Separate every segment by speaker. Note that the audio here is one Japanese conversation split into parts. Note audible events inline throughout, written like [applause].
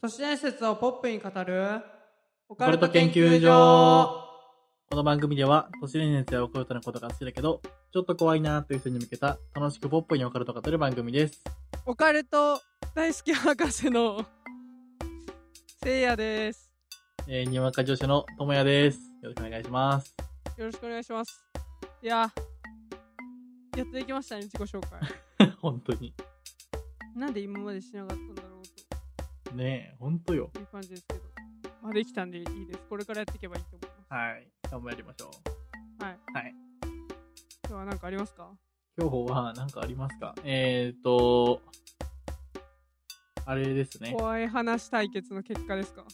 Speaker 1: 都市伝説をポップに語るオ
Speaker 2: オカルト研究所この番組では、都市伝説やオカルトのことが好きだけど、ちょっと怖いなーという人に向けた、楽しくポップにオカルトを語る番組です。
Speaker 1: オカルト大好き博士のせいやです
Speaker 2: えー、にわか女子のともやです。よろしくお願いします。 [laughs]
Speaker 1: よろしくお願いしますいややっていきましたね自己紹介
Speaker 2: 本当に。
Speaker 1: なんで今までしなかったんだろう
Speaker 2: ねえ、本当よ。
Speaker 1: という感じですけどまあできたんでいいですこれからやっていけばいいと思います
Speaker 2: はい。頑張りましょう。
Speaker 1: 今日は何かありますか
Speaker 2: 今日は何かありますかえーと、あれですね。
Speaker 1: 怖い話対決の結果ですか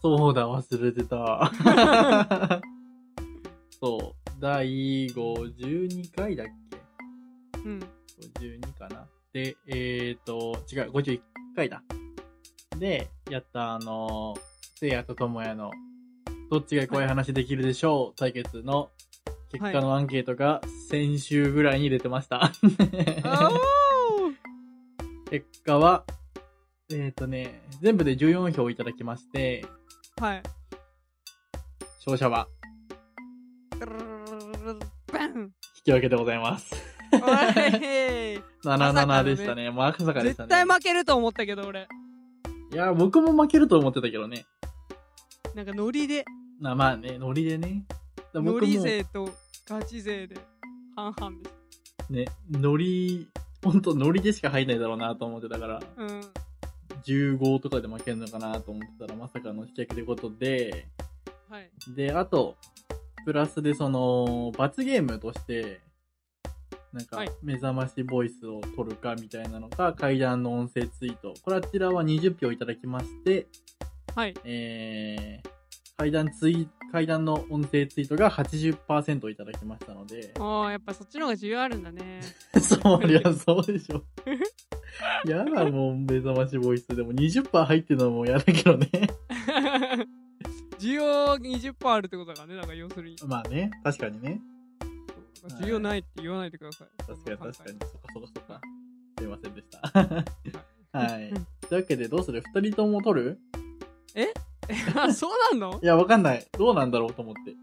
Speaker 2: そうだ、忘れてた。 [laughs] そう。第52回だっけ
Speaker 1: うん
Speaker 2: 52かな。で、えっ、ー、と、違う、51回だ。で、やった、あの、せいやとともやの、どっちが怖い話できるでしょう対決の結果のアンケートが先週ぐらいに出てました。 [laughs] 結果は、えっ、ー、とね、全部で14票いただきまして、
Speaker 1: はい
Speaker 2: 勝者は
Speaker 1: バン
Speaker 2: 引き分けでございます。
Speaker 1: おいまさか
Speaker 2: 77
Speaker 1: のね
Speaker 2: でしたね。まあ、赤坂でし
Speaker 1: 絶
Speaker 2: たね。
Speaker 1: 対負けると思ったけど俺
Speaker 2: いや、僕も負けると思ってたけどね。
Speaker 1: なんかノリで
Speaker 2: なまあね、ノリでね。僕も
Speaker 1: ノリ勢とガチ勢で半々でし
Speaker 2: ね、ノリ、ほんとノリでしか入んないだろうなと思ってたから、
Speaker 1: た。うん。
Speaker 2: 15とかで負けるのかなと思ってたら、まさかの棄却ということで、
Speaker 1: はい。
Speaker 2: で、あと、プラスでその、罰ゲームとして、なんか
Speaker 1: はい、
Speaker 2: 目覚ましボイスを取るかみたいなのか、階段の音声ツイート。これあちらは20票いただきまして、
Speaker 1: はい。
Speaker 2: えー、階段ツイ、階段の音声ツイートが80%いただきましたので、
Speaker 1: ああ、やっぱそっちの方が重要あるんだね。
Speaker 2: [laughs] そうりゃそうでしょ。やだもう目覚ましボイスでも20%入ってるのはもうやだけどね。
Speaker 1: [laughs]
Speaker 2: [laughs]
Speaker 1: 需要20%あるってことだからね、なんか要するに。
Speaker 2: まあね、確かにね。
Speaker 1: 需要ないって言わないでください。
Speaker 2: 確かに確かに。そっかそっかそっか。すいませんでした。
Speaker 1: は
Speaker 2: [laughs] はいい。というわけでどうする二人とも取る
Speaker 1: に。あ、そうなんの
Speaker 2: いや、わかんない。どうなんだろうと思って。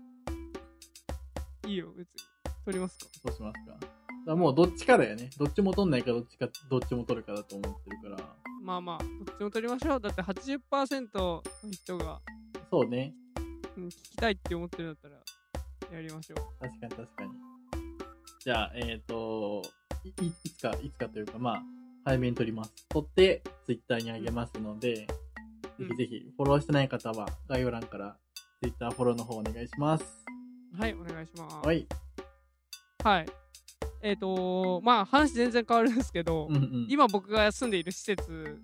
Speaker 1: いいよ、別に。取りますか。
Speaker 2: そうしますか。だからもうどっちかだよね。どっちも取んないか、どっちか、どっちも取るかだと思ってるから。
Speaker 1: まあまあ、どっちも取りましょう。だって80%の人が、
Speaker 2: そうね。
Speaker 1: うん、聞きたいって思ってるんだったら、やりましょう。
Speaker 2: 確かに確かに。じゃあ、えっ、とい、いいつか、いつかというか、まあ、早めに撮ります。撮って、ツイッターにあげますので、
Speaker 1: うん
Speaker 2: ぜひぜひ、フォローしてない方は、概要欄から、ツイッターフォローの方お願いします。
Speaker 1: はい、お願いします。は。
Speaker 2: はいい。
Speaker 1: えっ、とまあ話全然変わるんですけど、
Speaker 2: うんうん。
Speaker 1: 今僕が住んでいる施設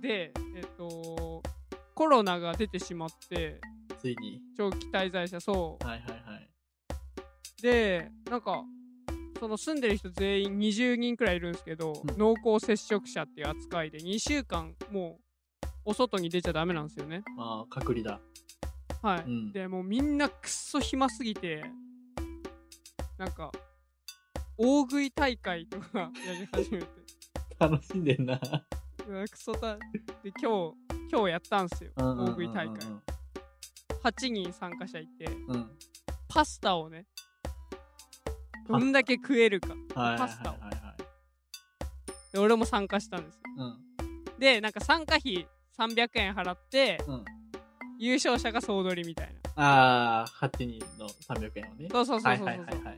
Speaker 1: で、えっと、コロナが出てしまって
Speaker 2: ついに。
Speaker 1: 長期滞在者そ
Speaker 2: はいはいはい。
Speaker 1: うでなんかその住んでる人全員20人くらいいるんですけど、
Speaker 2: うん
Speaker 1: 濃厚接触者っていう扱いで2週間もうお外に出ちゃダメなんですよね
Speaker 2: まあ、隔離だ。
Speaker 1: はい、
Speaker 2: うん
Speaker 1: でもうみんなくっそ暇すぎてなんか大食い大会とか [laughs] やり始めて
Speaker 2: 楽しんで
Speaker 1: [laughs]
Speaker 2: んな。
Speaker 1: うわクソたで今日今日やったんですよ
Speaker 2: うん
Speaker 1: 大
Speaker 2: うんうんうん
Speaker 1: 食い大会8人参加者いて
Speaker 2: うん。
Speaker 1: パスタをねどんだけ食えるか
Speaker 2: はいはいはい
Speaker 1: パスタを
Speaker 2: はい。
Speaker 1: で俺も参加したんですよ
Speaker 2: うん。
Speaker 1: でなんか参加費300円払って
Speaker 2: うん。
Speaker 1: 優勝者が総取りみたいな
Speaker 2: あー、8人の300円をね。
Speaker 1: そうそうそうそうそう、
Speaker 2: はいはいはいはい。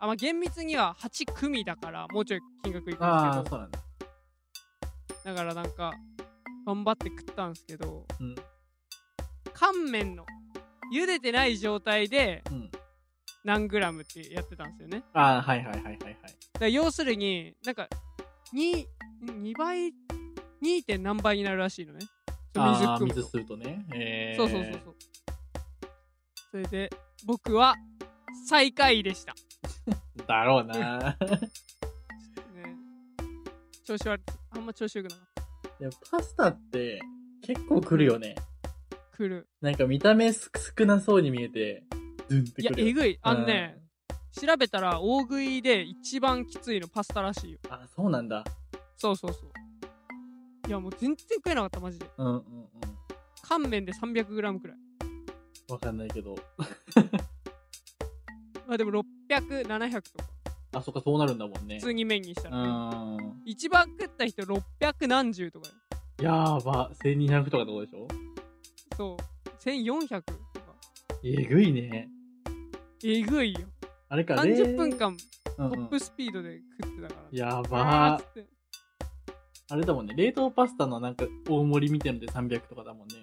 Speaker 1: あまあ厳密には8組だからもうちょい金額いくん
Speaker 2: あ
Speaker 1: です
Speaker 2: ー、そうなんだ。
Speaker 1: けどだからなんか頑張って食ったんですけど
Speaker 2: うん。
Speaker 1: 乾麺の茹でてない状態で
Speaker 2: うん。
Speaker 1: 何グラムってやってたんですよね
Speaker 2: あー、はいはいはいはいはい。
Speaker 1: だから要するになんか 2, 2倍 2. 点何倍になるらしいのねその
Speaker 2: あー
Speaker 1: 水含む
Speaker 2: 水
Speaker 1: と
Speaker 2: 吸うとね。えー、
Speaker 1: そうそうそうそうそれで僕は最下位でした、
Speaker 2: だろうな。
Speaker 1: ね、
Speaker 2: [laughs]
Speaker 1: 調子悪いあんま調子よくなかっ
Speaker 2: いやパスタって結構くるよね。
Speaker 1: た来る
Speaker 2: なんか見た目す少なそうに見えて、ドゥンって
Speaker 1: いや
Speaker 2: くるよね。
Speaker 1: えぐいあのね、調べたら大食いで一番きついのパスタらしいよ
Speaker 2: うん。あ、そうなんだ。
Speaker 1: そうそうそういや、もう全然食えなかった、マジで。
Speaker 2: うんうんうん。
Speaker 1: 乾麺で 300g くらい。
Speaker 2: わかんないけど。
Speaker 1: まあでも600、700とか。
Speaker 2: あ、そっか、そうなるんだもんね
Speaker 1: 普。通に麺にした
Speaker 2: う
Speaker 1: ら、ね。
Speaker 2: ん。
Speaker 1: 一番食った人600何十とかよ
Speaker 2: やーば、1200とかってことでしょ
Speaker 1: そう。1400とか。
Speaker 2: えぐいね。
Speaker 1: えぐいよ。
Speaker 2: あれか、
Speaker 1: 30分間
Speaker 2: ト
Speaker 1: トップスピードで食ってたから。
Speaker 2: や
Speaker 1: あ
Speaker 2: ば
Speaker 1: ーっつって
Speaker 2: あれだもんね。冷凍パスタのなんか大盛りみたいので300とかだもんね。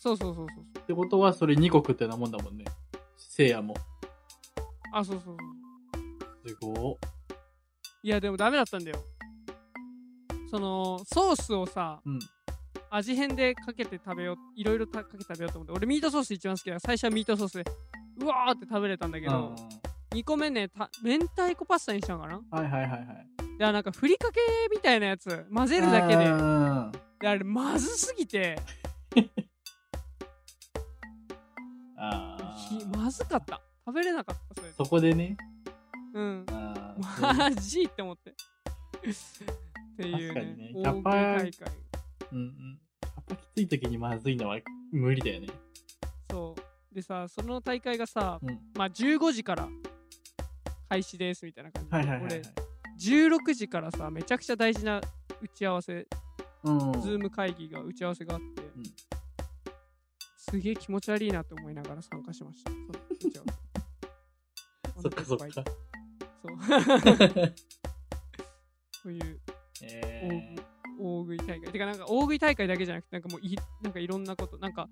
Speaker 1: そうそうそうそうそう。
Speaker 2: ってことは、それ2個食ったようなもんだもんね。せいやも。
Speaker 1: あ、そうそうそう。
Speaker 2: すごっ。
Speaker 1: いや、でもダメだったんだよ。その、ソースをさ、
Speaker 2: うん。
Speaker 1: 味変でかけて食べよう、いろいろたかけて食べようと思って、俺ミートソース一番好きだから、最初はミートソースで、うわーって食べれたんだけ
Speaker 2: うん
Speaker 1: ど、2個目ね、た明太子パスタにしたのかな
Speaker 2: はいはいはいはい。
Speaker 1: で、なんかふりかけみたいなやつ、混ぜるだけ
Speaker 2: う
Speaker 1: で、
Speaker 2: ん。
Speaker 1: で、あれ、まずすぎて、
Speaker 2: あ
Speaker 1: ひ
Speaker 2: ー
Speaker 1: まずかった。食べれなかった、それで。
Speaker 2: そこでね。
Speaker 1: うん。
Speaker 2: あー
Speaker 1: [laughs] マジって思って。っていう、ね、
Speaker 2: 確かにね
Speaker 1: 大食い大会。
Speaker 2: うんうん。やっぱきつい時にまずいのは無理だよね。
Speaker 1: そう。でさ、その大会がさ、
Speaker 2: うん
Speaker 1: まあ15時から開始ですみたいな感じで、
Speaker 2: はいはいはいはい。
Speaker 1: 俺16時からさ、めちゃくちゃ大事な打ち合わせ、
Speaker 2: うん。
Speaker 1: ズーム会議が、打ち合わせがあって、
Speaker 2: ん
Speaker 1: すげえ気持ち悪いなと思いながら参加しました。その打ち合わせ
Speaker 2: [laughs] そっかそっか。
Speaker 1: そう。という
Speaker 2: えー
Speaker 1: 大食い大会。てか、なんか大食い大会だけじゃなくて、なんかもうい、なんかいろんなこと、なんか、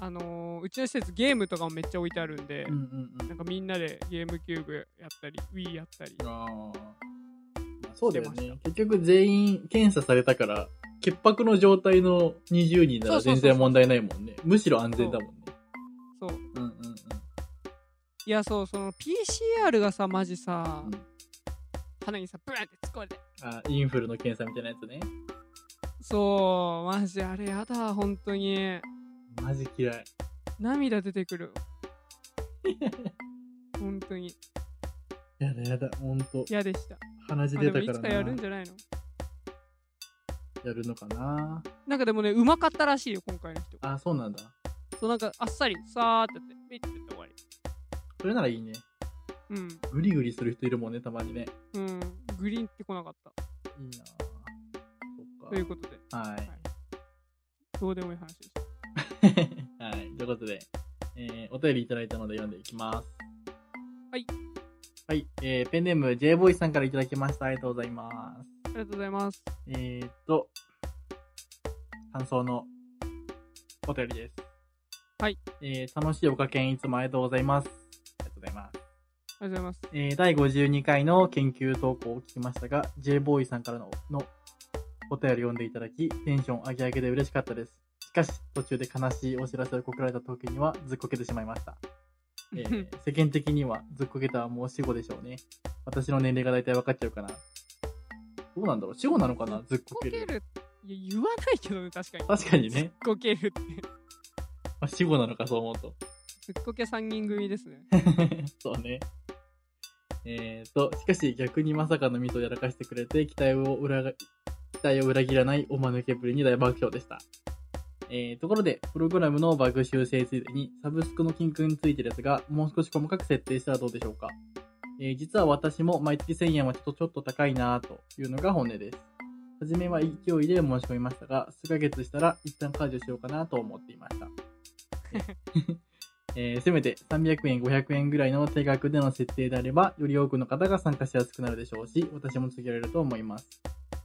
Speaker 1: あのーうちの施設ゲームとかもめっちゃ置いてあるんで、
Speaker 2: うんうんうん
Speaker 1: なんかみんなでゲームキューブやったり、Wii やったり。
Speaker 2: あーそうだよね。結局全員検査されたから、潔白の状態の20人なら全然問題ないもんね。むしろ安全だもんね。
Speaker 1: そう。
Speaker 2: うんうん
Speaker 1: いや、そう、その PCR がさ、マジさ
Speaker 2: うん。、
Speaker 1: 鼻にさ、ブーンって突っ込んで。
Speaker 2: あ、インフルの検査みたいなやつね。
Speaker 1: そう、マジあれやだ、本当に。
Speaker 2: マジ嫌い。
Speaker 1: 涙出てく
Speaker 2: [laughs]
Speaker 1: る。本当に。
Speaker 2: やだやだ、ほんと。
Speaker 1: 嫌でした。
Speaker 2: 鼻血
Speaker 1: あ
Speaker 2: 出
Speaker 1: で
Speaker 2: た
Speaker 1: も
Speaker 2: か
Speaker 1: い
Speaker 2: ら
Speaker 1: つ
Speaker 2: な。
Speaker 1: かやるんじゃないの
Speaker 2: やるのかな
Speaker 1: なんかでもね、うまかったらしいよ、今回の人。
Speaker 2: あ、そうなんだ。
Speaker 1: そう、なんかあっさり、さーってやって、ピッてやって終わり。
Speaker 2: それならいいね。
Speaker 1: うん。
Speaker 2: グリグリする人いるもんね、たまにね。
Speaker 1: うん。グリーンってこなかった。
Speaker 2: いいなぁそっか。
Speaker 1: ということで、
Speaker 2: はい。
Speaker 1: どうでもいい話でした。
Speaker 2: はい。 [laughs] ということで、えーお便りいただいたので読んでいきます。
Speaker 1: はい。
Speaker 2: はい。えーペンネーム j ボーイさんからいただきました。ありがとうございます。
Speaker 1: ありがとうございます。
Speaker 2: えーっと、感想のお便りです。
Speaker 1: はい。
Speaker 2: えー楽しいおかけんいつもありがとうございます。ありがとうございます。
Speaker 1: ありがとうございます。
Speaker 2: えー第52回の研究投稿を聞きましたが、j ボーイさんからののお便りを読んでいただき、テンション上げ上げで嬉しかったです。しかし、途中で悲しいお知らせを告られた時にはずっこけてしまいました。え [laughs] ー世間的にはずっこけたはもう死後でしょうね。私の年齢が大体分かっちゃうかな。どうなんだろう死後なのかなずっこける。
Speaker 1: る。いや、言わないけどね、確かに。
Speaker 2: 確かにね。
Speaker 1: こけるって。
Speaker 2: まあ、死後なのか、そう思うと。
Speaker 1: すっこけ3人組です
Speaker 2: [laughs]
Speaker 1: ね。
Speaker 2: そうね。えーと、しかし逆にまさかのミスをやらかしてくれて、期待を裏が、期待を裏切らないおまぬけぶりに大爆笑でした。えー、ところで、プログラムのバグ修正ついでに、サブスクの金額についてですが、もう少し細かく設定したらどうでしょうか。えー、実は私も毎月1000円はちょっとちょっと高いなぁというのが本音です。はじめは勢いで申し込みましたが、数ヶ月したら一旦解除しようかなと思っていました。えーせめて300円、500円ぐらいの定額での設定であれば、より多くの方が参加しやすくなるでしょうし、私も続けられると思います。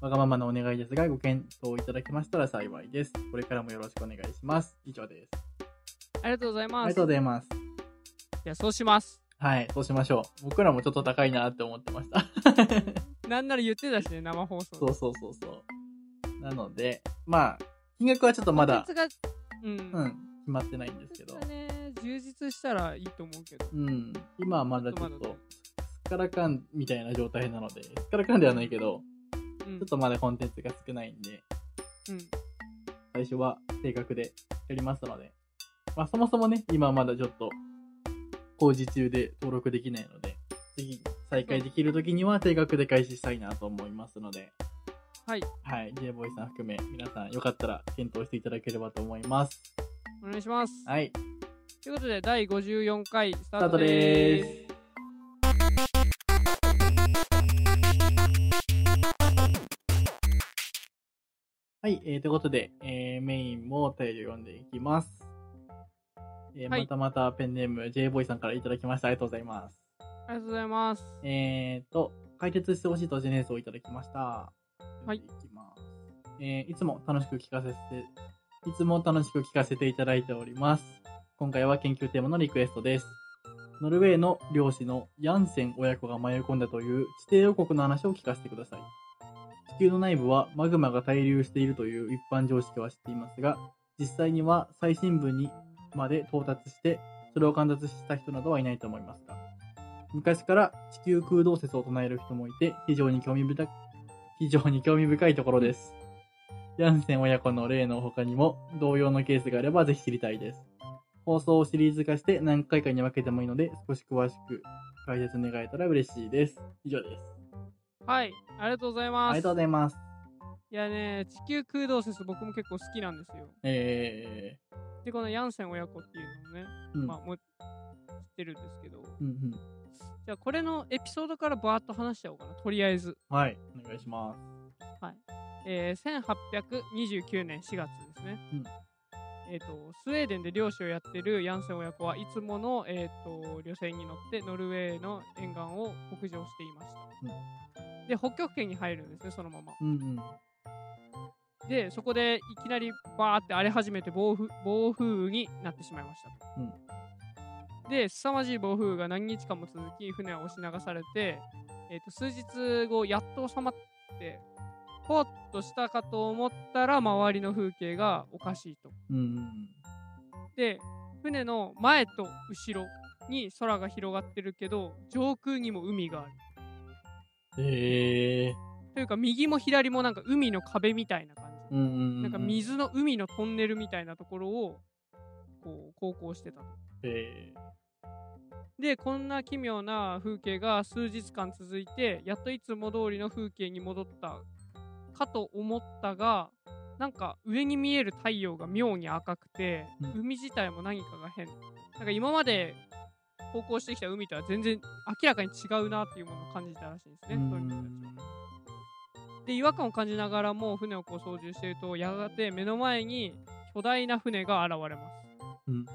Speaker 2: わがままのお願いですが、ご検討いただけましたら幸いです。これからもよろしくお願いします。以上です。
Speaker 1: ありがとうござい
Speaker 2: あ
Speaker 1: ま
Speaker 2: り
Speaker 1: す。
Speaker 2: がとうございます。
Speaker 1: いや、そうします。
Speaker 2: はい、そうしましょう。僕らもちょっと高いなって思ってま [laughs] した。
Speaker 1: なんなら言ってたしね、生放送で。
Speaker 2: そうそうそうそう。なので、まあ、金額はちょっとまだ、
Speaker 1: コンテンツが、うん。
Speaker 2: うん、決まってないん
Speaker 1: コ
Speaker 2: です
Speaker 1: ンテ
Speaker 2: け
Speaker 1: ン
Speaker 2: ど
Speaker 1: ツが、ね、充実したらいいと思うけど。
Speaker 2: うん、今はまだちょっ
Speaker 1: ちょっとまだ
Speaker 2: と
Speaker 1: ね、
Speaker 2: すっからかんみたいな状態なので、すっからかんではないけど、
Speaker 1: うん
Speaker 2: ちょっ。とまだコンテンツが少ないんで、
Speaker 1: うん。
Speaker 2: 最初は定額でやりますので、まあそもそもね、今まだちょっと工事中で登録できないので、次再開できる時には定額で開始したいなと思いますので、
Speaker 1: はい。
Speaker 2: はい。J ボーイさん含め、皆さんよかったら検討していただければと思います。
Speaker 1: お願いします。
Speaker 2: はい。
Speaker 1: ということで、第54回スタ
Speaker 2: スタ
Speaker 1: ー
Speaker 2: ー
Speaker 1: ト
Speaker 2: ト
Speaker 1: で
Speaker 2: で
Speaker 1: ーす。
Speaker 2: ーす。はい、えー、ということで、えー、メインもお便りを読んでいきます。えー
Speaker 1: はい
Speaker 2: またまたペンネーム J ボーイさんからいただきました。ありがとうございます。
Speaker 1: ありがとうございます。
Speaker 2: えー、と、解決してほしいとジェネースをいただきました。
Speaker 1: はい
Speaker 2: いきます。えーいつも楽しく聞かせて、いつも楽しく聞かせていただいております。今回は研究テーマのリクエストです。ノルウェーの漁師のヤンセン親子が迷い込んだという地底王国の話を聞かせてください。地球の内部はマグマが滞留しているという一般常識は知っていますが、実際には最深部にまで到達して、それを観察した人などはいないと思いますが、昔から地球空洞説を唱える人もいて、非常に興味深い、非常に興味深いところです。ヤンセン親子の例の他にも、同様のケースがあればぜひ知りたいです。放送をシリーズ化して何回かに分けてもいいので、少し詳しく解説願えたら嬉しいです。以上です。
Speaker 1: はい。ありがとうござい
Speaker 2: あ
Speaker 1: ま
Speaker 2: り
Speaker 1: す。
Speaker 2: がとうございます。
Speaker 1: いやね、地球空洞説僕も結構好きなんですよ。
Speaker 2: え
Speaker 1: で、このヤンセン親子っていうのもね、
Speaker 2: ー、うん、
Speaker 1: まあ、もう知ってるんですけど、
Speaker 2: うんうん。
Speaker 1: じゃあこれのエピソードからバーッと話しちゃおうかな、とりあえず。
Speaker 2: はい、お願いします。
Speaker 1: えー1829年4月ですね。
Speaker 2: うん
Speaker 1: えっ、と、スウェーデンで漁師をやってるヤンセン親子はいつもの、えっ、と、漁船に乗ってノルウェーの沿岸を北上していました。で、北極圏に入るんですね、そのまま。
Speaker 2: うんうん。
Speaker 1: で、そこでいきなりバーって荒れ始めて暴風暴風雨になってしまいました。
Speaker 2: うん
Speaker 1: で、凄まじい暴風雨が何日間も続き、船は押し流されて、えっと数日後、やっと収まって、ほっとしたかと思ったら、周りの風景がおかしいと。
Speaker 2: うんうん。
Speaker 1: で、船の前と後ろに空が広がってるけど、上空にも海がある。
Speaker 2: え
Speaker 1: というか、右も左もなんか海の壁みたいな感じ。
Speaker 2: ー、うんうんうん。
Speaker 1: なんか水の海のトンネルみたいなところをこう航行してたと。
Speaker 2: え
Speaker 1: でこんな奇妙な風景が数日間続いてやっといつも通りの風景に戻ったかと思ったがなんか上に見える太陽が妙に赤くて
Speaker 2: うん
Speaker 1: 海自体も何かが変。なんか今まで航行してきた海とは全然明らかに違うなっていうものを感じたらしいんですね。
Speaker 2: ー、うん
Speaker 1: そうういうん人たちはで違和感を感じながらも船をこう操縦しているとやがて目の前に巨大な船が現れます。
Speaker 2: うん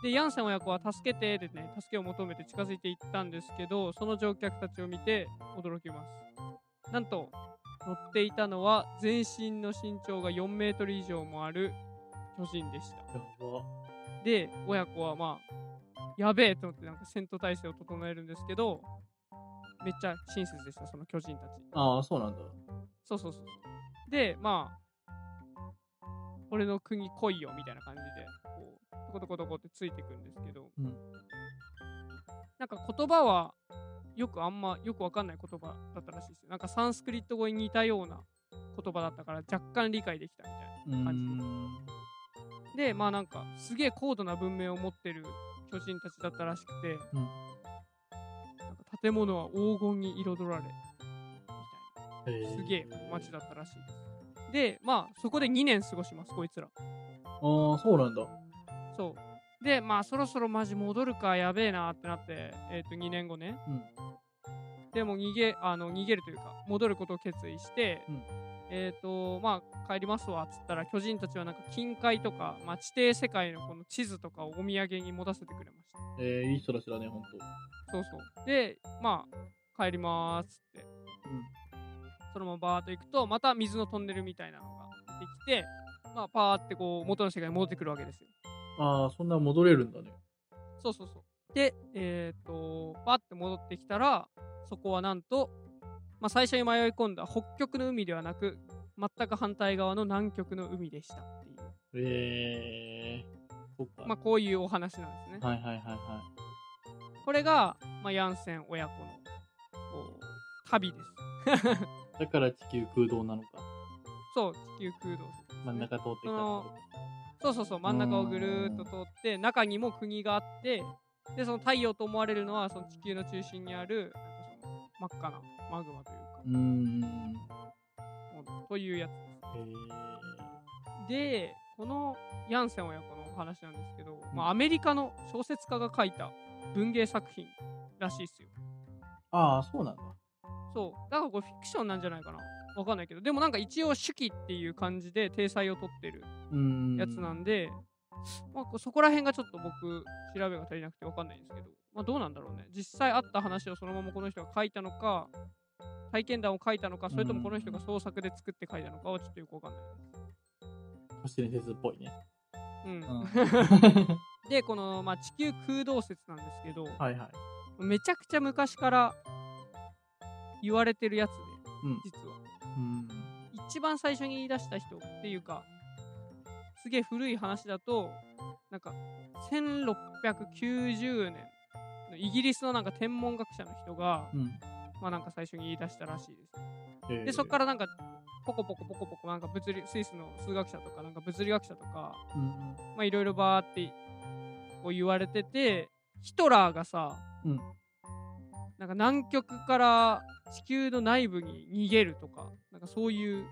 Speaker 1: でヤンセン親子は助けてでね助けを求めて近づいていったんですけどその乗客たちを見て驚きます。なんと乗っていたのは全身の身長が4メートル以上もある巨人でした。
Speaker 2: やば。
Speaker 1: で親子はまあやべえと思ってなんか戦闘態勢を整えるんですけどめっちゃ親切でしたその巨人たち。
Speaker 2: ああ、そうなんだ。
Speaker 1: そうそうそうそう。で、まあ、俺の国来いよみたいな感じで、こう、トコトコトコってついてくんですけど、
Speaker 2: うん
Speaker 1: なんか言葉は、よくあんま、よくわかんない言葉だったらしいですよ。なんかサンスクリット語に似たような言葉だったから、若干理解できたみたいな。
Speaker 2: うーん。
Speaker 1: でまあなんかすげえ高度な文明を持ってる巨人たちだったらしくて、
Speaker 2: うん
Speaker 1: なんか建物は黄金に彩られみたいなすげえ街だったらしいですでまあそこで2年過ごしますこいつら
Speaker 2: ああ、そうなんだ。
Speaker 1: そうでまあそろそろマジ戻るかやべえなってなってえっ、と2年後ね
Speaker 2: うん。
Speaker 1: でも逃げあの逃げるというか戻ることを決意して、
Speaker 2: うん
Speaker 1: えっ、とまあ帰りますわっつったら巨人たちはなんか近海とか、まあ、地底世界のこの地図とかをお土産に持たせてくれました
Speaker 2: えー、いい人だしだね、ほんと。
Speaker 1: そうそうでまあ帰りまーすってそのままバーっと行くとまた水のトンネルみたいなのが出てきてまあパーってこう元の世界に戻ってくるわけですよ
Speaker 2: ああ、そんな戻れるんだね。
Speaker 1: そうそうそう。で、えっ、と、パって戻ってきたら、そこはなんと、まあ、最初に迷い込んだ北極の海ではなく、全く反対側の南極の海でしたっていう、
Speaker 2: ええそっか。
Speaker 1: まあ、こういうお話なんですね。
Speaker 2: はいはいはいは
Speaker 1: これが、まあ、ヤンセン親子のこう旅です。
Speaker 2: い。だから地球空洞なのか。
Speaker 1: そう、地球空洞説ですね
Speaker 2: 真ん中通ってきたと
Speaker 1: そうそうそう、真ん中をぐるーっと通って、中にも国があって、で、その太陽と思われるのは、その地球の中心にある、なんかその真っ赤なマグマというか、
Speaker 2: うー
Speaker 1: も
Speaker 2: ん。
Speaker 1: ものというやつです。
Speaker 2: えー、
Speaker 1: で、このヤンセン親子のお話なんですけど、まあ、アメリカの小説家が書いた文芸作品らしいですよ。
Speaker 2: ああ、そうなんだ。
Speaker 1: そう。だからこれフィクションなんじゃないかな。わかんないけど。でもなんか一応手記っていう感じで体裁を取ってる
Speaker 2: うーん。
Speaker 1: やつなんで、まあこう、そこら辺がちょっと僕調べが足りなくてわかんないんですけど、まあ、どうなんだろうね実際あった話をそのままこの人が書いたのか体験談を書いたのかそれともこの人が創作で作って書いたのかはちょっとよくわかんない
Speaker 2: 都市伝説っぽいね。
Speaker 1: で
Speaker 2: う
Speaker 1: す、[laughs]
Speaker 2: ん。
Speaker 1: うん
Speaker 2: は
Speaker 1: でこの、まあ、地球空洞説なんですけど、
Speaker 2: いはい。
Speaker 1: めちゃくちゃ昔から言われてるやつで
Speaker 2: うん。
Speaker 1: 実は
Speaker 2: うん。
Speaker 1: 一番最初に言い出した人っていうかすげえ古い話だとなんか1690年のイギリスのなんか天文学者の人が、
Speaker 2: うん。
Speaker 1: まあなんか最初に言い出したらしいです。
Speaker 2: えー
Speaker 1: でそっからなんかポコポコポコポコなんか物理スイスの数学者とかなんか物理学者とか
Speaker 2: うん。
Speaker 1: まあいろいろバーってこう言われててヒトラーがさ、
Speaker 2: うん
Speaker 1: なんか南極から地球の内部に逃げるとかなんかそういう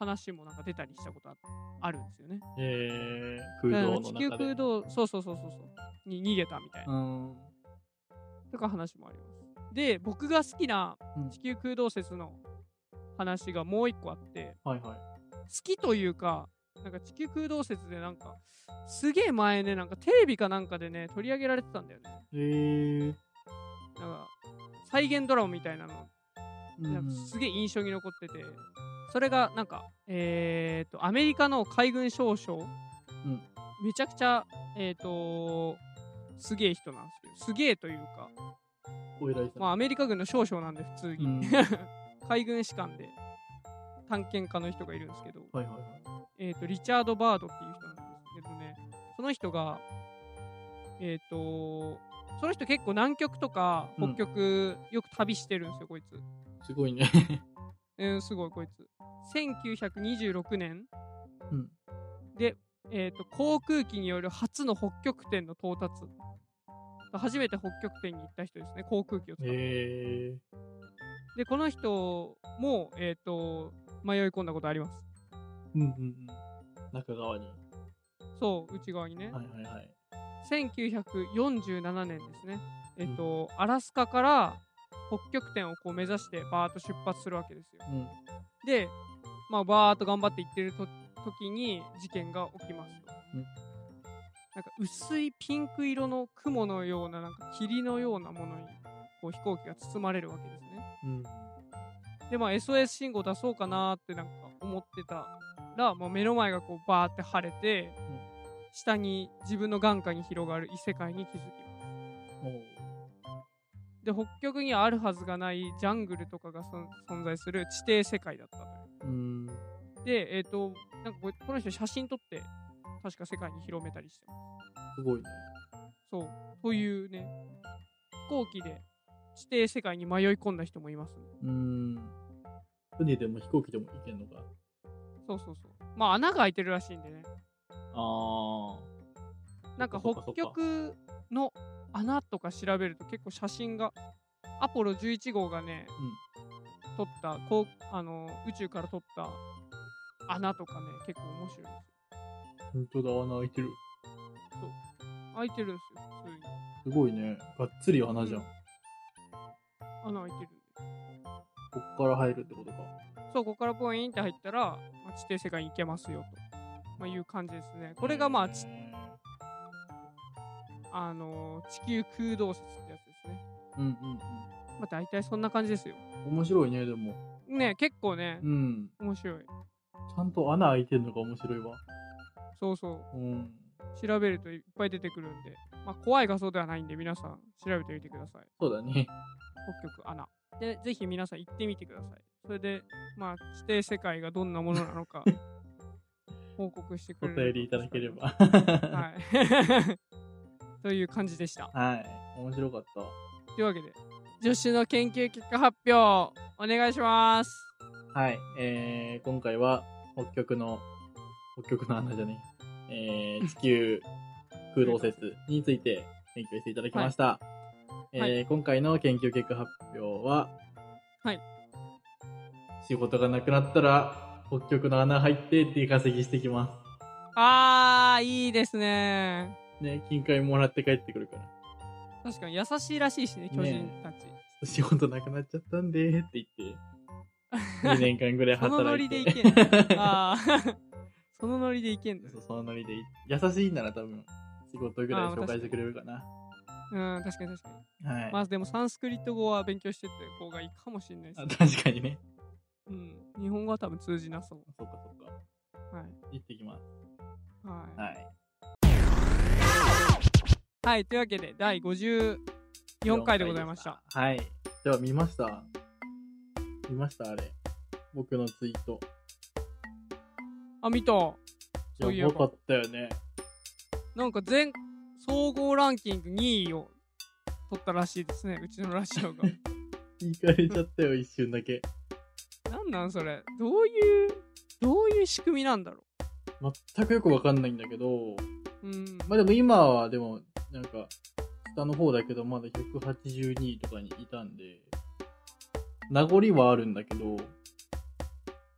Speaker 1: 話もなんか出たりしたことああるんですよね。
Speaker 2: えー、空洞の
Speaker 1: 地球
Speaker 2: 中で。
Speaker 1: 空洞そうそうそうそうそうに逃げたみたいな、
Speaker 2: うん。
Speaker 1: とか話もあります。で僕が好きな
Speaker 2: うん
Speaker 1: 地球空洞説の話がもう一個あって、
Speaker 2: はいはい。
Speaker 1: 好きというか、なんか地球空洞説でなんか、すげえ前ね、なんかテレビかなんかでね、取り上げられてたんだよね。
Speaker 2: えー、
Speaker 1: なんか、再現ドラマみたいなの、
Speaker 2: う
Speaker 1: なんかすげえ印象に残ってて、それがなんか、えーと、アメリカの海軍少将、
Speaker 2: うん
Speaker 1: めちゃくちゃ、えーと、すげえ人なんですけど、すげえというか、
Speaker 2: お偉いさん。
Speaker 1: まあアメリカ軍の少将なんで普通に、
Speaker 2: うん [laughs]
Speaker 1: 海軍士官で探検家の人がいるんですけど、
Speaker 2: はいはいはい。
Speaker 1: えー、とリチャード・バードっていう人なんですけどねその人がえっ、とその人結構南極とか
Speaker 2: うん
Speaker 1: 北極よく旅してるんですよ、こいつ
Speaker 2: すごいね。
Speaker 1: うんすごいこいつ1926年
Speaker 2: うん。
Speaker 1: で、えー、と航空機による初の北極点の到達初めて北極点に行った人ですね航空機を使って、
Speaker 2: え
Speaker 1: でこの人もえっ、と迷い込んだことあります
Speaker 2: ー、うんうんうん。中側に。
Speaker 1: そう内側にね、
Speaker 2: はいはいはい。
Speaker 1: 1947年ですね、えっとアラスカから北極点をこう目指してバーッと出発するわけですよ
Speaker 2: うん。
Speaker 1: で、まあ、バーッと頑張っていってると時に事件が起きますと、
Speaker 2: うん
Speaker 1: なんか薄いピンク色の雲のようななんか霧のようなものにこう飛行機が包まれるわけですね
Speaker 2: うん。
Speaker 1: でまあ SOS 信号出そうかなーってなんか思ってたら、まあ、目の前がこうバーって晴れて、
Speaker 2: ん
Speaker 1: 下に自分の眼下に広がる異世界に気づきます
Speaker 2: おー
Speaker 1: で北極にはあるはずがないジャングルとかがそん存在する地底世界だったという
Speaker 2: うん。
Speaker 1: でえっ、となんかここの人写真撮って確か世界に広めたりしてます
Speaker 2: すごいね。
Speaker 1: そうというね飛行機で地底世界に迷い込んだ人もいますね
Speaker 2: うん。船でも飛行機でも行けんのか。
Speaker 1: そうそうそうまあ穴が開いてるらしいんでね
Speaker 2: あ
Speaker 1: なんか
Speaker 2: そっかそ
Speaker 1: 北
Speaker 2: っか
Speaker 1: 極の穴とか調べると結構写真がアポロ11号がね、撮ったこうあの宇宙から撮った穴とかね結構面白いです
Speaker 2: あ。本当だ、穴開いてる。
Speaker 1: 開いてるんですよ普通に
Speaker 2: すごいね。がっつり穴じゃん。
Speaker 1: うん穴開いてるんで
Speaker 2: こっから入るってことか。
Speaker 1: そうここからポインって入ったら、まあ、地底世界に行けますよと、まあ、いう感じですねこれがまあ、ちあのー地球空洞説ってやつですね
Speaker 2: うんうん
Speaker 1: まあ大体そんな感じですよ
Speaker 2: うん。面白いね、でも。
Speaker 1: ね結構ね
Speaker 2: うん。
Speaker 1: 面白い
Speaker 2: ちゃんと穴開いてんのが面白いわ。
Speaker 1: そうそう
Speaker 2: うん。
Speaker 1: 調べるといっぱい出てくるんで、まあ、怖い画像ではないんで皆さん調べてみてください
Speaker 2: そうだね。
Speaker 1: 北極穴でぜひ皆さん行ってみてくださいそれでまあ地底世界がどんなものなの
Speaker 2: [laughs]
Speaker 1: か報告してく
Speaker 2: お
Speaker 1: れる
Speaker 2: 便りいただければ。
Speaker 1: はい。 [laughs] という感じでした。
Speaker 2: はい。面白かった。
Speaker 1: というわけで、助手の研究結果発表、お願いします。
Speaker 2: はい、えー、今回は北極の、北極の穴じゃね
Speaker 1: [laughs]
Speaker 2: え、えー、地球空洞説について研究していただきました。えー
Speaker 1: はい
Speaker 2: 今回の研究結果発表は、
Speaker 1: はい。
Speaker 2: 仕事がなくなったら、北極の穴入って出稼ぎしてきま
Speaker 1: あー、いいですね。
Speaker 2: す。ね、金塊もらって帰ってくるから。
Speaker 1: 確かに優しいらしいしね、巨人たち。
Speaker 2: 仕事なくなっちゃったんでって
Speaker 1: [laughs]
Speaker 2: 言って、2年間ぐらい
Speaker 1: そのノ
Speaker 2: 働
Speaker 1: リ
Speaker 2: いて。
Speaker 1: でいけんの。
Speaker 2: [laughs]
Speaker 1: あー [laughs] そのノリでいけんの
Speaker 2: そうそのノリでい優しいんなら多分、仕事ぐらい紹介してくれるかな。
Speaker 1: うん、確かに確かに。
Speaker 2: はい。
Speaker 1: まあでもサンスクリット語は勉強してた方がいいかもしれないです
Speaker 2: あ
Speaker 1: ね。
Speaker 2: 確かにね。
Speaker 1: うん。日本語は多分通じなそ
Speaker 2: そうかそうか。
Speaker 1: う。はい。
Speaker 2: 行ってきます。
Speaker 1: はい。
Speaker 2: はい。
Speaker 1: はい、というわけで第54回でございました。。
Speaker 2: はい。では見ました見ましたあれ。僕のツイート。
Speaker 1: あ、見た。そういえ
Speaker 2: やばか
Speaker 1: ば。
Speaker 2: ったよね。
Speaker 1: なんか全総合ランキング2位を取ったらしいですね、うちのラジオが。 [laughs]
Speaker 2: 行かれちゃったよ、一瞬だけ。
Speaker 1: なんなんそれ。どういう、どういう仕組みなんだろ
Speaker 2: 全くよくわかんないんだけど、
Speaker 1: う。うん。
Speaker 2: まあでも今はでも、なんか、下の方だけど、まだ182位とかにいたんで、名残はあるんだけど、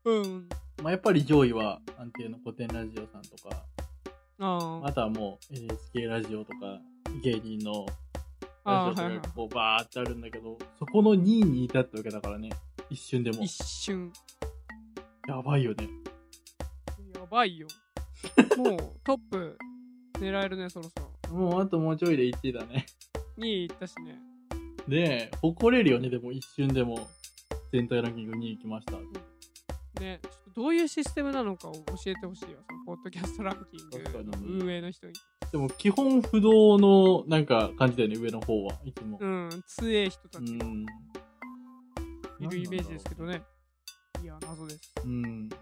Speaker 1: うん。
Speaker 2: まあやっぱり上位は安定の古典ラジオさんとか、
Speaker 1: あ
Speaker 2: あとはもう NHK ラジオとか、芸人の
Speaker 1: あ。ああ、
Speaker 2: ラジ
Speaker 1: は
Speaker 2: オ
Speaker 1: いは
Speaker 2: とかこうバーってあるんだけど、そこの2位にいたってわけだからね、一瞬でも
Speaker 1: い。。一瞬。
Speaker 2: やばいよね。
Speaker 1: やば [laughs] いよ。もうトップ狙えるね、そろそろ。
Speaker 2: もうあともうちょいで1位だね。 [laughs]
Speaker 1: 2位いったしね。
Speaker 2: で、誇れるよね、でも一瞬でも、全体ランキング2位行きました。
Speaker 1: ね、ちょっとどういうシステムなのかを教えてほしいわ、そのポッドキャストランキン
Speaker 2: 確か
Speaker 1: グ
Speaker 2: に
Speaker 1: の運営の人に。
Speaker 2: でも基本不動のなんか感じだよね、上の方はいつも。
Speaker 1: うん、強い人た
Speaker 2: う
Speaker 1: ちが
Speaker 2: ん。
Speaker 1: いるイメージですけどね。いや、謎です。
Speaker 2: うん。で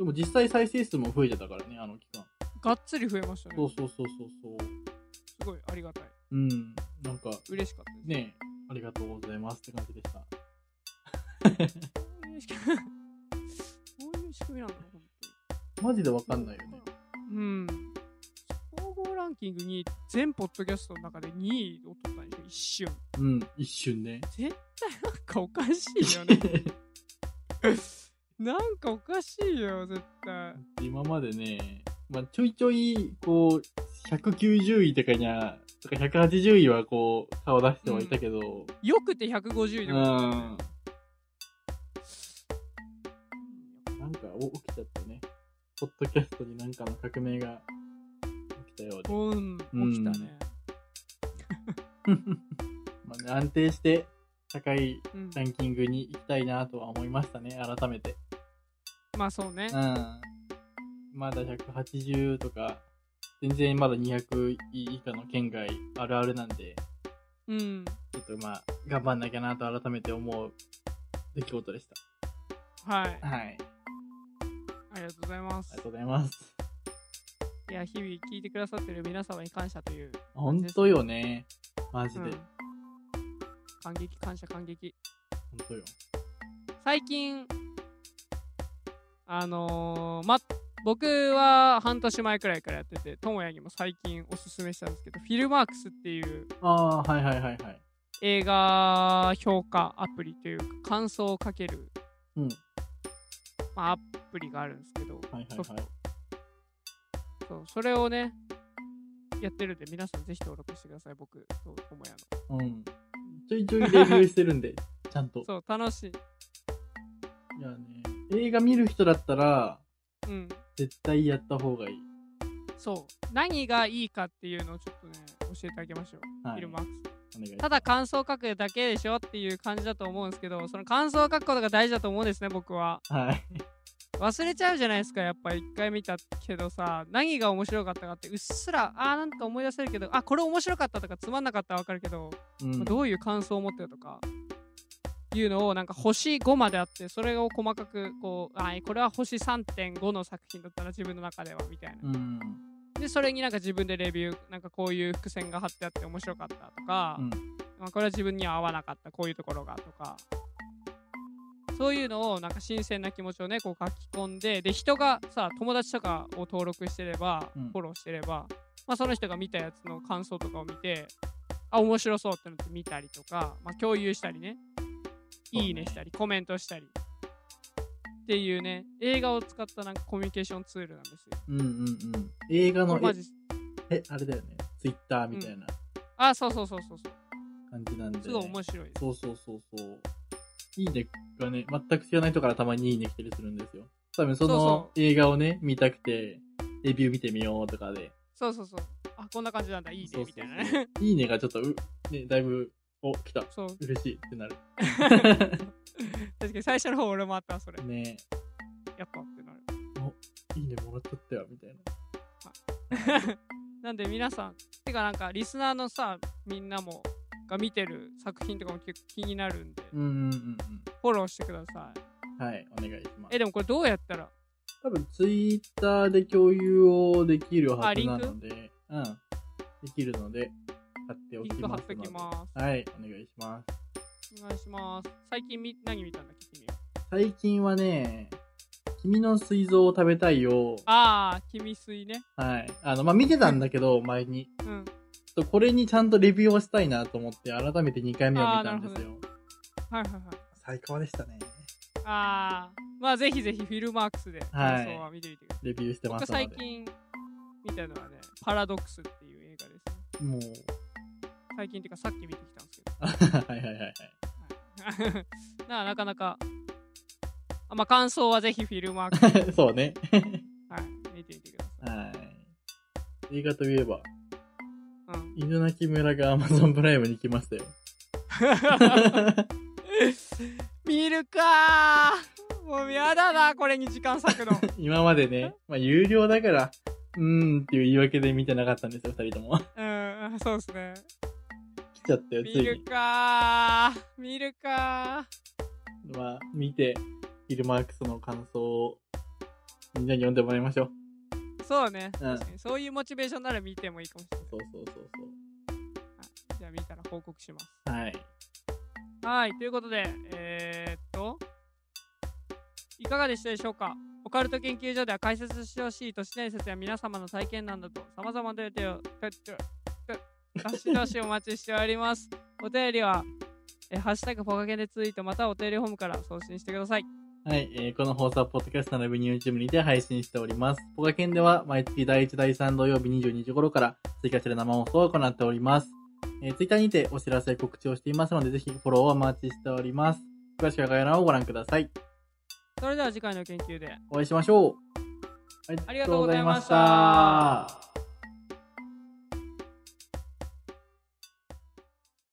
Speaker 2: も実際再生数も増えてたからね、あの期間。
Speaker 1: がっつり増えましたね。
Speaker 2: そうそうそうそうそう。
Speaker 1: すごいありがたい。
Speaker 2: うん。なんか、
Speaker 1: 嬉しかったです。 [laughs]
Speaker 2: ねありがとうございますって感じでした。
Speaker 1: こういう仕組みこういう仕組みなんだ、本
Speaker 2: マジでわか
Speaker 1: 当
Speaker 2: ん
Speaker 1: に。
Speaker 2: ないよね。
Speaker 1: うん。総合ランキングに全ポッドキャストの中で2位を取ったんでしょ、一瞬。
Speaker 2: うん、一瞬ね。
Speaker 1: 絶対なんかおかしい
Speaker 2: [laughs]
Speaker 1: よね。なんかおかしいよ、絶対。
Speaker 2: 今までね、まあ、ちょいちょい、こう、190位とかにゃ、とか180位はこう、顔出してはいたけど、
Speaker 1: よくて150位
Speaker 2: う
Speaker 1: で
Speaker 2: ん。
Speaker 1: も
Speaker 2: なんか、お起きちゃったね。ポッドキャストになんかの革命が起きたようで。
Speaker 1: うん、起きたね。
Speaker 2: まあね、安定して、高い
Speaker 1: うん、
Speaker 2: ランキングに行きたいなとは思いましたね、改めて。
Speaker 1: まあそうね
Speaker 2: う。ん。まだ180とか、全然まだ200以下の県外あるあるなんで、
Speaker 1: うん。
Speaker 2: ちょっとまあ、頑張んなきゃなと改めて思う出来事でし
Speaker 1: はい。
Speaker 2: た。はい。
Speaker 1: ありがとうございま
Speaker 2: あ
Speaker 1: す
Speaker 2: りが。とうございます。
Speaker 1: いや、日々聞いてくださってる皆様に感謝という。
Speaker 2: 本当よね。マジで。
Speaker 1: うん感激、感謝、感激。
Speaker 2: 本当よ。
Speaker 1: 最近、あのーま、僕は半年前くらいからやってて、ともやにも最近おすすめしたんですけど、フィルマークスっていう
Speaker 2: ああ、はいはいはいはい。
Speaker 1: 映画評価アプリというか、感想をかける、
Speaker 2: うん。
Speaker 1: まあ、アプリがあるんですけど、
Speaker 2: はいはい
Speaker 1: ソフト
Speaker 2: はい。
Speaker 1: そうそれをね、やってるんで、皆さんぜひ登録してください、僕とともやの。
Speaker 2: うん。ちょいちょいレビューしてるんで、ちゃんと。
Speaker 1: そう、楽しい。
Speaker 2: いやね。映画見る人だったら、
Speaker 1: うん。
Speaker 2: 絶対やった方がいい。
Speaker 1: そう。何がいいかっていうのをちょっとね、教えてあげましょう。
Speaker 2: はい。
Speaker 1: フィルマークス。
Speaker 2: お願いしま
Speaker 1: ただ感想を書くだけでしょっていう感じだと思うんですけど、その感想を書くことが大事だと思うんですね、僕は。
Speaker 2: す。はい。
Speaker 1: 忘れちゃうじゃないですか、やっぱ一回見たけどさ、何が面白かったかって、うっすら、あーなんか思い出せるけど、あ、これ面白かったとかつまんなかったらわかるけど、
Speaker 2: うん
Speaker 1: どういう感想を持ってるとかいうのをなんか星5まであってそれを細かくこうあこれは星3.5の作品だったら自分の中ではみたいな、
Speaker 2: うん。
Speaker 1: でそれになんか自分でレビューなんかこういう伏線が貼ってあって面白かったとか、
Speaker 2: うん
Speaker 1: まあ、これは自分には合わなかったこういうところがとかそういうのをなんか新鮮な気持ちをねこう書き込んでで人がさ友達とかを登録してれば、
Speaker 2: うん
Speaker 1: フォローしてれば、まあ、その人が見たやつの感想とかを見てあ面白そうってなって見たりとか、まあ、共有したりね
Speaker 2: そうね
Speaker 1: いいねしたりコメントしたりっていうね、映画を使ったなんかコミュニケーションツールなんですよ。
Speaker 2: うんうんうん。映画
Speaker 1: こ
Speaker 2: の
Speaker 1: れマジっす
Speaker 2: え、えあれだよね。ツイッターみたいな
Speaker 1: あ、そうそうそうそうそ
Speaker 2: 感じなんで、
Speaker 1: う。すごい面白いです。
Speaker 2: そうそうそうそう。いいねがね、全く知らない人からたまにいいね来たりするんですよ。多分そ
Speaker 1: そう
Speaker 2: の
Speaker 1: そ
Speaker 2: 映画をね、見たくて、レビュー見てみようとかで。
Speaker 1: そうそうそう。あ、こんな感じなんだ、いい
Speaker 2: そ
Speaker 1: ね、
Speaker 2: う
Speaker 1: み
Speaker 2: そ
Speaker 1: た
Speaker 2: う
Speaker 1: いな
Speaker 2: そ
Speaker 1: ね。
Speaker 2: ういいねがちょっと、う、ね、だいぶ、お、来た。
Speaker 1: そう。
Speaker 2: 嬉しいってなる。
Speaker 1: [laughs] 確かに最初の方俺もあった、それ。
Speaker 2: ね
Speaker 1: やったってなる。
Speaker 2: いいねもらっちゃったよ、みたいな。
Speaker 1: [laughs] なんで皆さん、てかなんかリスナーのさ、みんなもが見てる作品とかも結構気になるんで、
Speaker 2: うんうんうん
Speaker 1: フォローしてください。
Speaker 2: うん。はい、お願いします
Speaker 1: え、。でもこれどうやったら
Speaker 2: 多分ツイッターで共有をできるは
Speaker 1: あ
Speaker 2: ず
Speaker 1: リン
Speaker 2: な
Speaker 1: ク
Speaker 2: ので、うん。できるので、貼ってお
Speaker 1: リ
Speaker 2: き
Speaker 1: ンク貼
Speaker 2: ま
Speaker 1: っ
Speaker 2: す
Speaker 1: と
Speaker 2: ので
Speaker 1: き。ま
Speaker 2: はい、お願いします。
Speaker 1: す。お願いします。最近み何見たんだっけ君は。
Speaker 2: 最近はね、君の水蔵を食べたいよ。
Speaker 1: あー、君水ね。
Speaker 2: はい。あの、まあ、見てたんだけど、
Speaker 1: [laughs]
Speaker 2: 前に。
Speaker 1: うん。
Speaker 2: ちょっとこれにちゃんとレビューをしたいなと思って、改めて2回目を見たんで
Speaker 1: あー
Speaker 2: す
Speaker 1: なる
Speaker 2: よ。
Speaker 1: はいはいはい。
Speaker 2: 最高でしたね。
Speaker 1: あー、まあぜひぜひフィルマークスで
Speaker 2: はい
Speaker 1: 感想は見てみてください。
Speaker 2: レビューしてま
Speaker 1: 僕
Speaker 2: すので。
Speaker 1: 最近見たのはね、パラドックスっていう映画です、ね。
Speaker 2: もう、 [laughs]
Speaker 1: 最近っていうかさっき見てきたんですけど。
Speaker 2: はいはいはいはい。
Speaker 1: はい [laughs] なあなかなか、あまあ、感想はぜひフィルマークで、
Speaker 2: そうね。
Speaker 1: はい、見てみてくださ
Speaker 2: はい。映画といえば、
Speaker 1: い。うん、
Speaker 2: 犬鳴村が Amazon プライムに来ましたよ。
Speaker 1: [laughs] 見るかーもうやだな、これに時間割くの。
Speaker 2: 今までね、まあ、有料だから、うーんっていう言い訳で見てなかったんですよ、二人とも。 [laughs] 来
Speaker 1: うん、そうですね。
Speaker 2: ちゃったよ、つ
Speaker 1: 見
Speaker 2: い
Speaker 1: る
Speaker 2: に。
Speaker 1: かー見るか
Speaker 2: まあ、見て、フィルマークスの感想を、みんなに読んでもらいましょう。
Speaker 1: ーそうね、
Speaker 2: うん
Speaker 1: 確かに。そういうモチベーションなら見てもいいかもしれない。
Speaker 2: そうそうそう
Speaker 1: はいじゃあ見たら報告します。
Speaker 2: そう。はい。
Speaker 1: はい、ということで、えー、っと、いかがでしたでしょうかオカルト研究所では解説してほしい都市伝説や皆様の体験談など、様々なお便りを、どしどしお待ちしております。お便りは、えーハッシュタグポカゲでツイート、またはお便りホームから送信してください。
Speaker 2: はい、えーこの放送はポッドキャストのレビュー YouTube にて配信しております。ポカケンでは毎月第1、第3土曜日22時頃から追加する生放送を行っております。えー、Twitter にてお知らせ告知をしていますので、ぜひフォローをお待ちしております。詳しくは概要欄をご覧ください。
Speaker 1: それでは次回の研究で。
Speaker 2: お会いしましょう。
Speaker 1: ありがとうございました。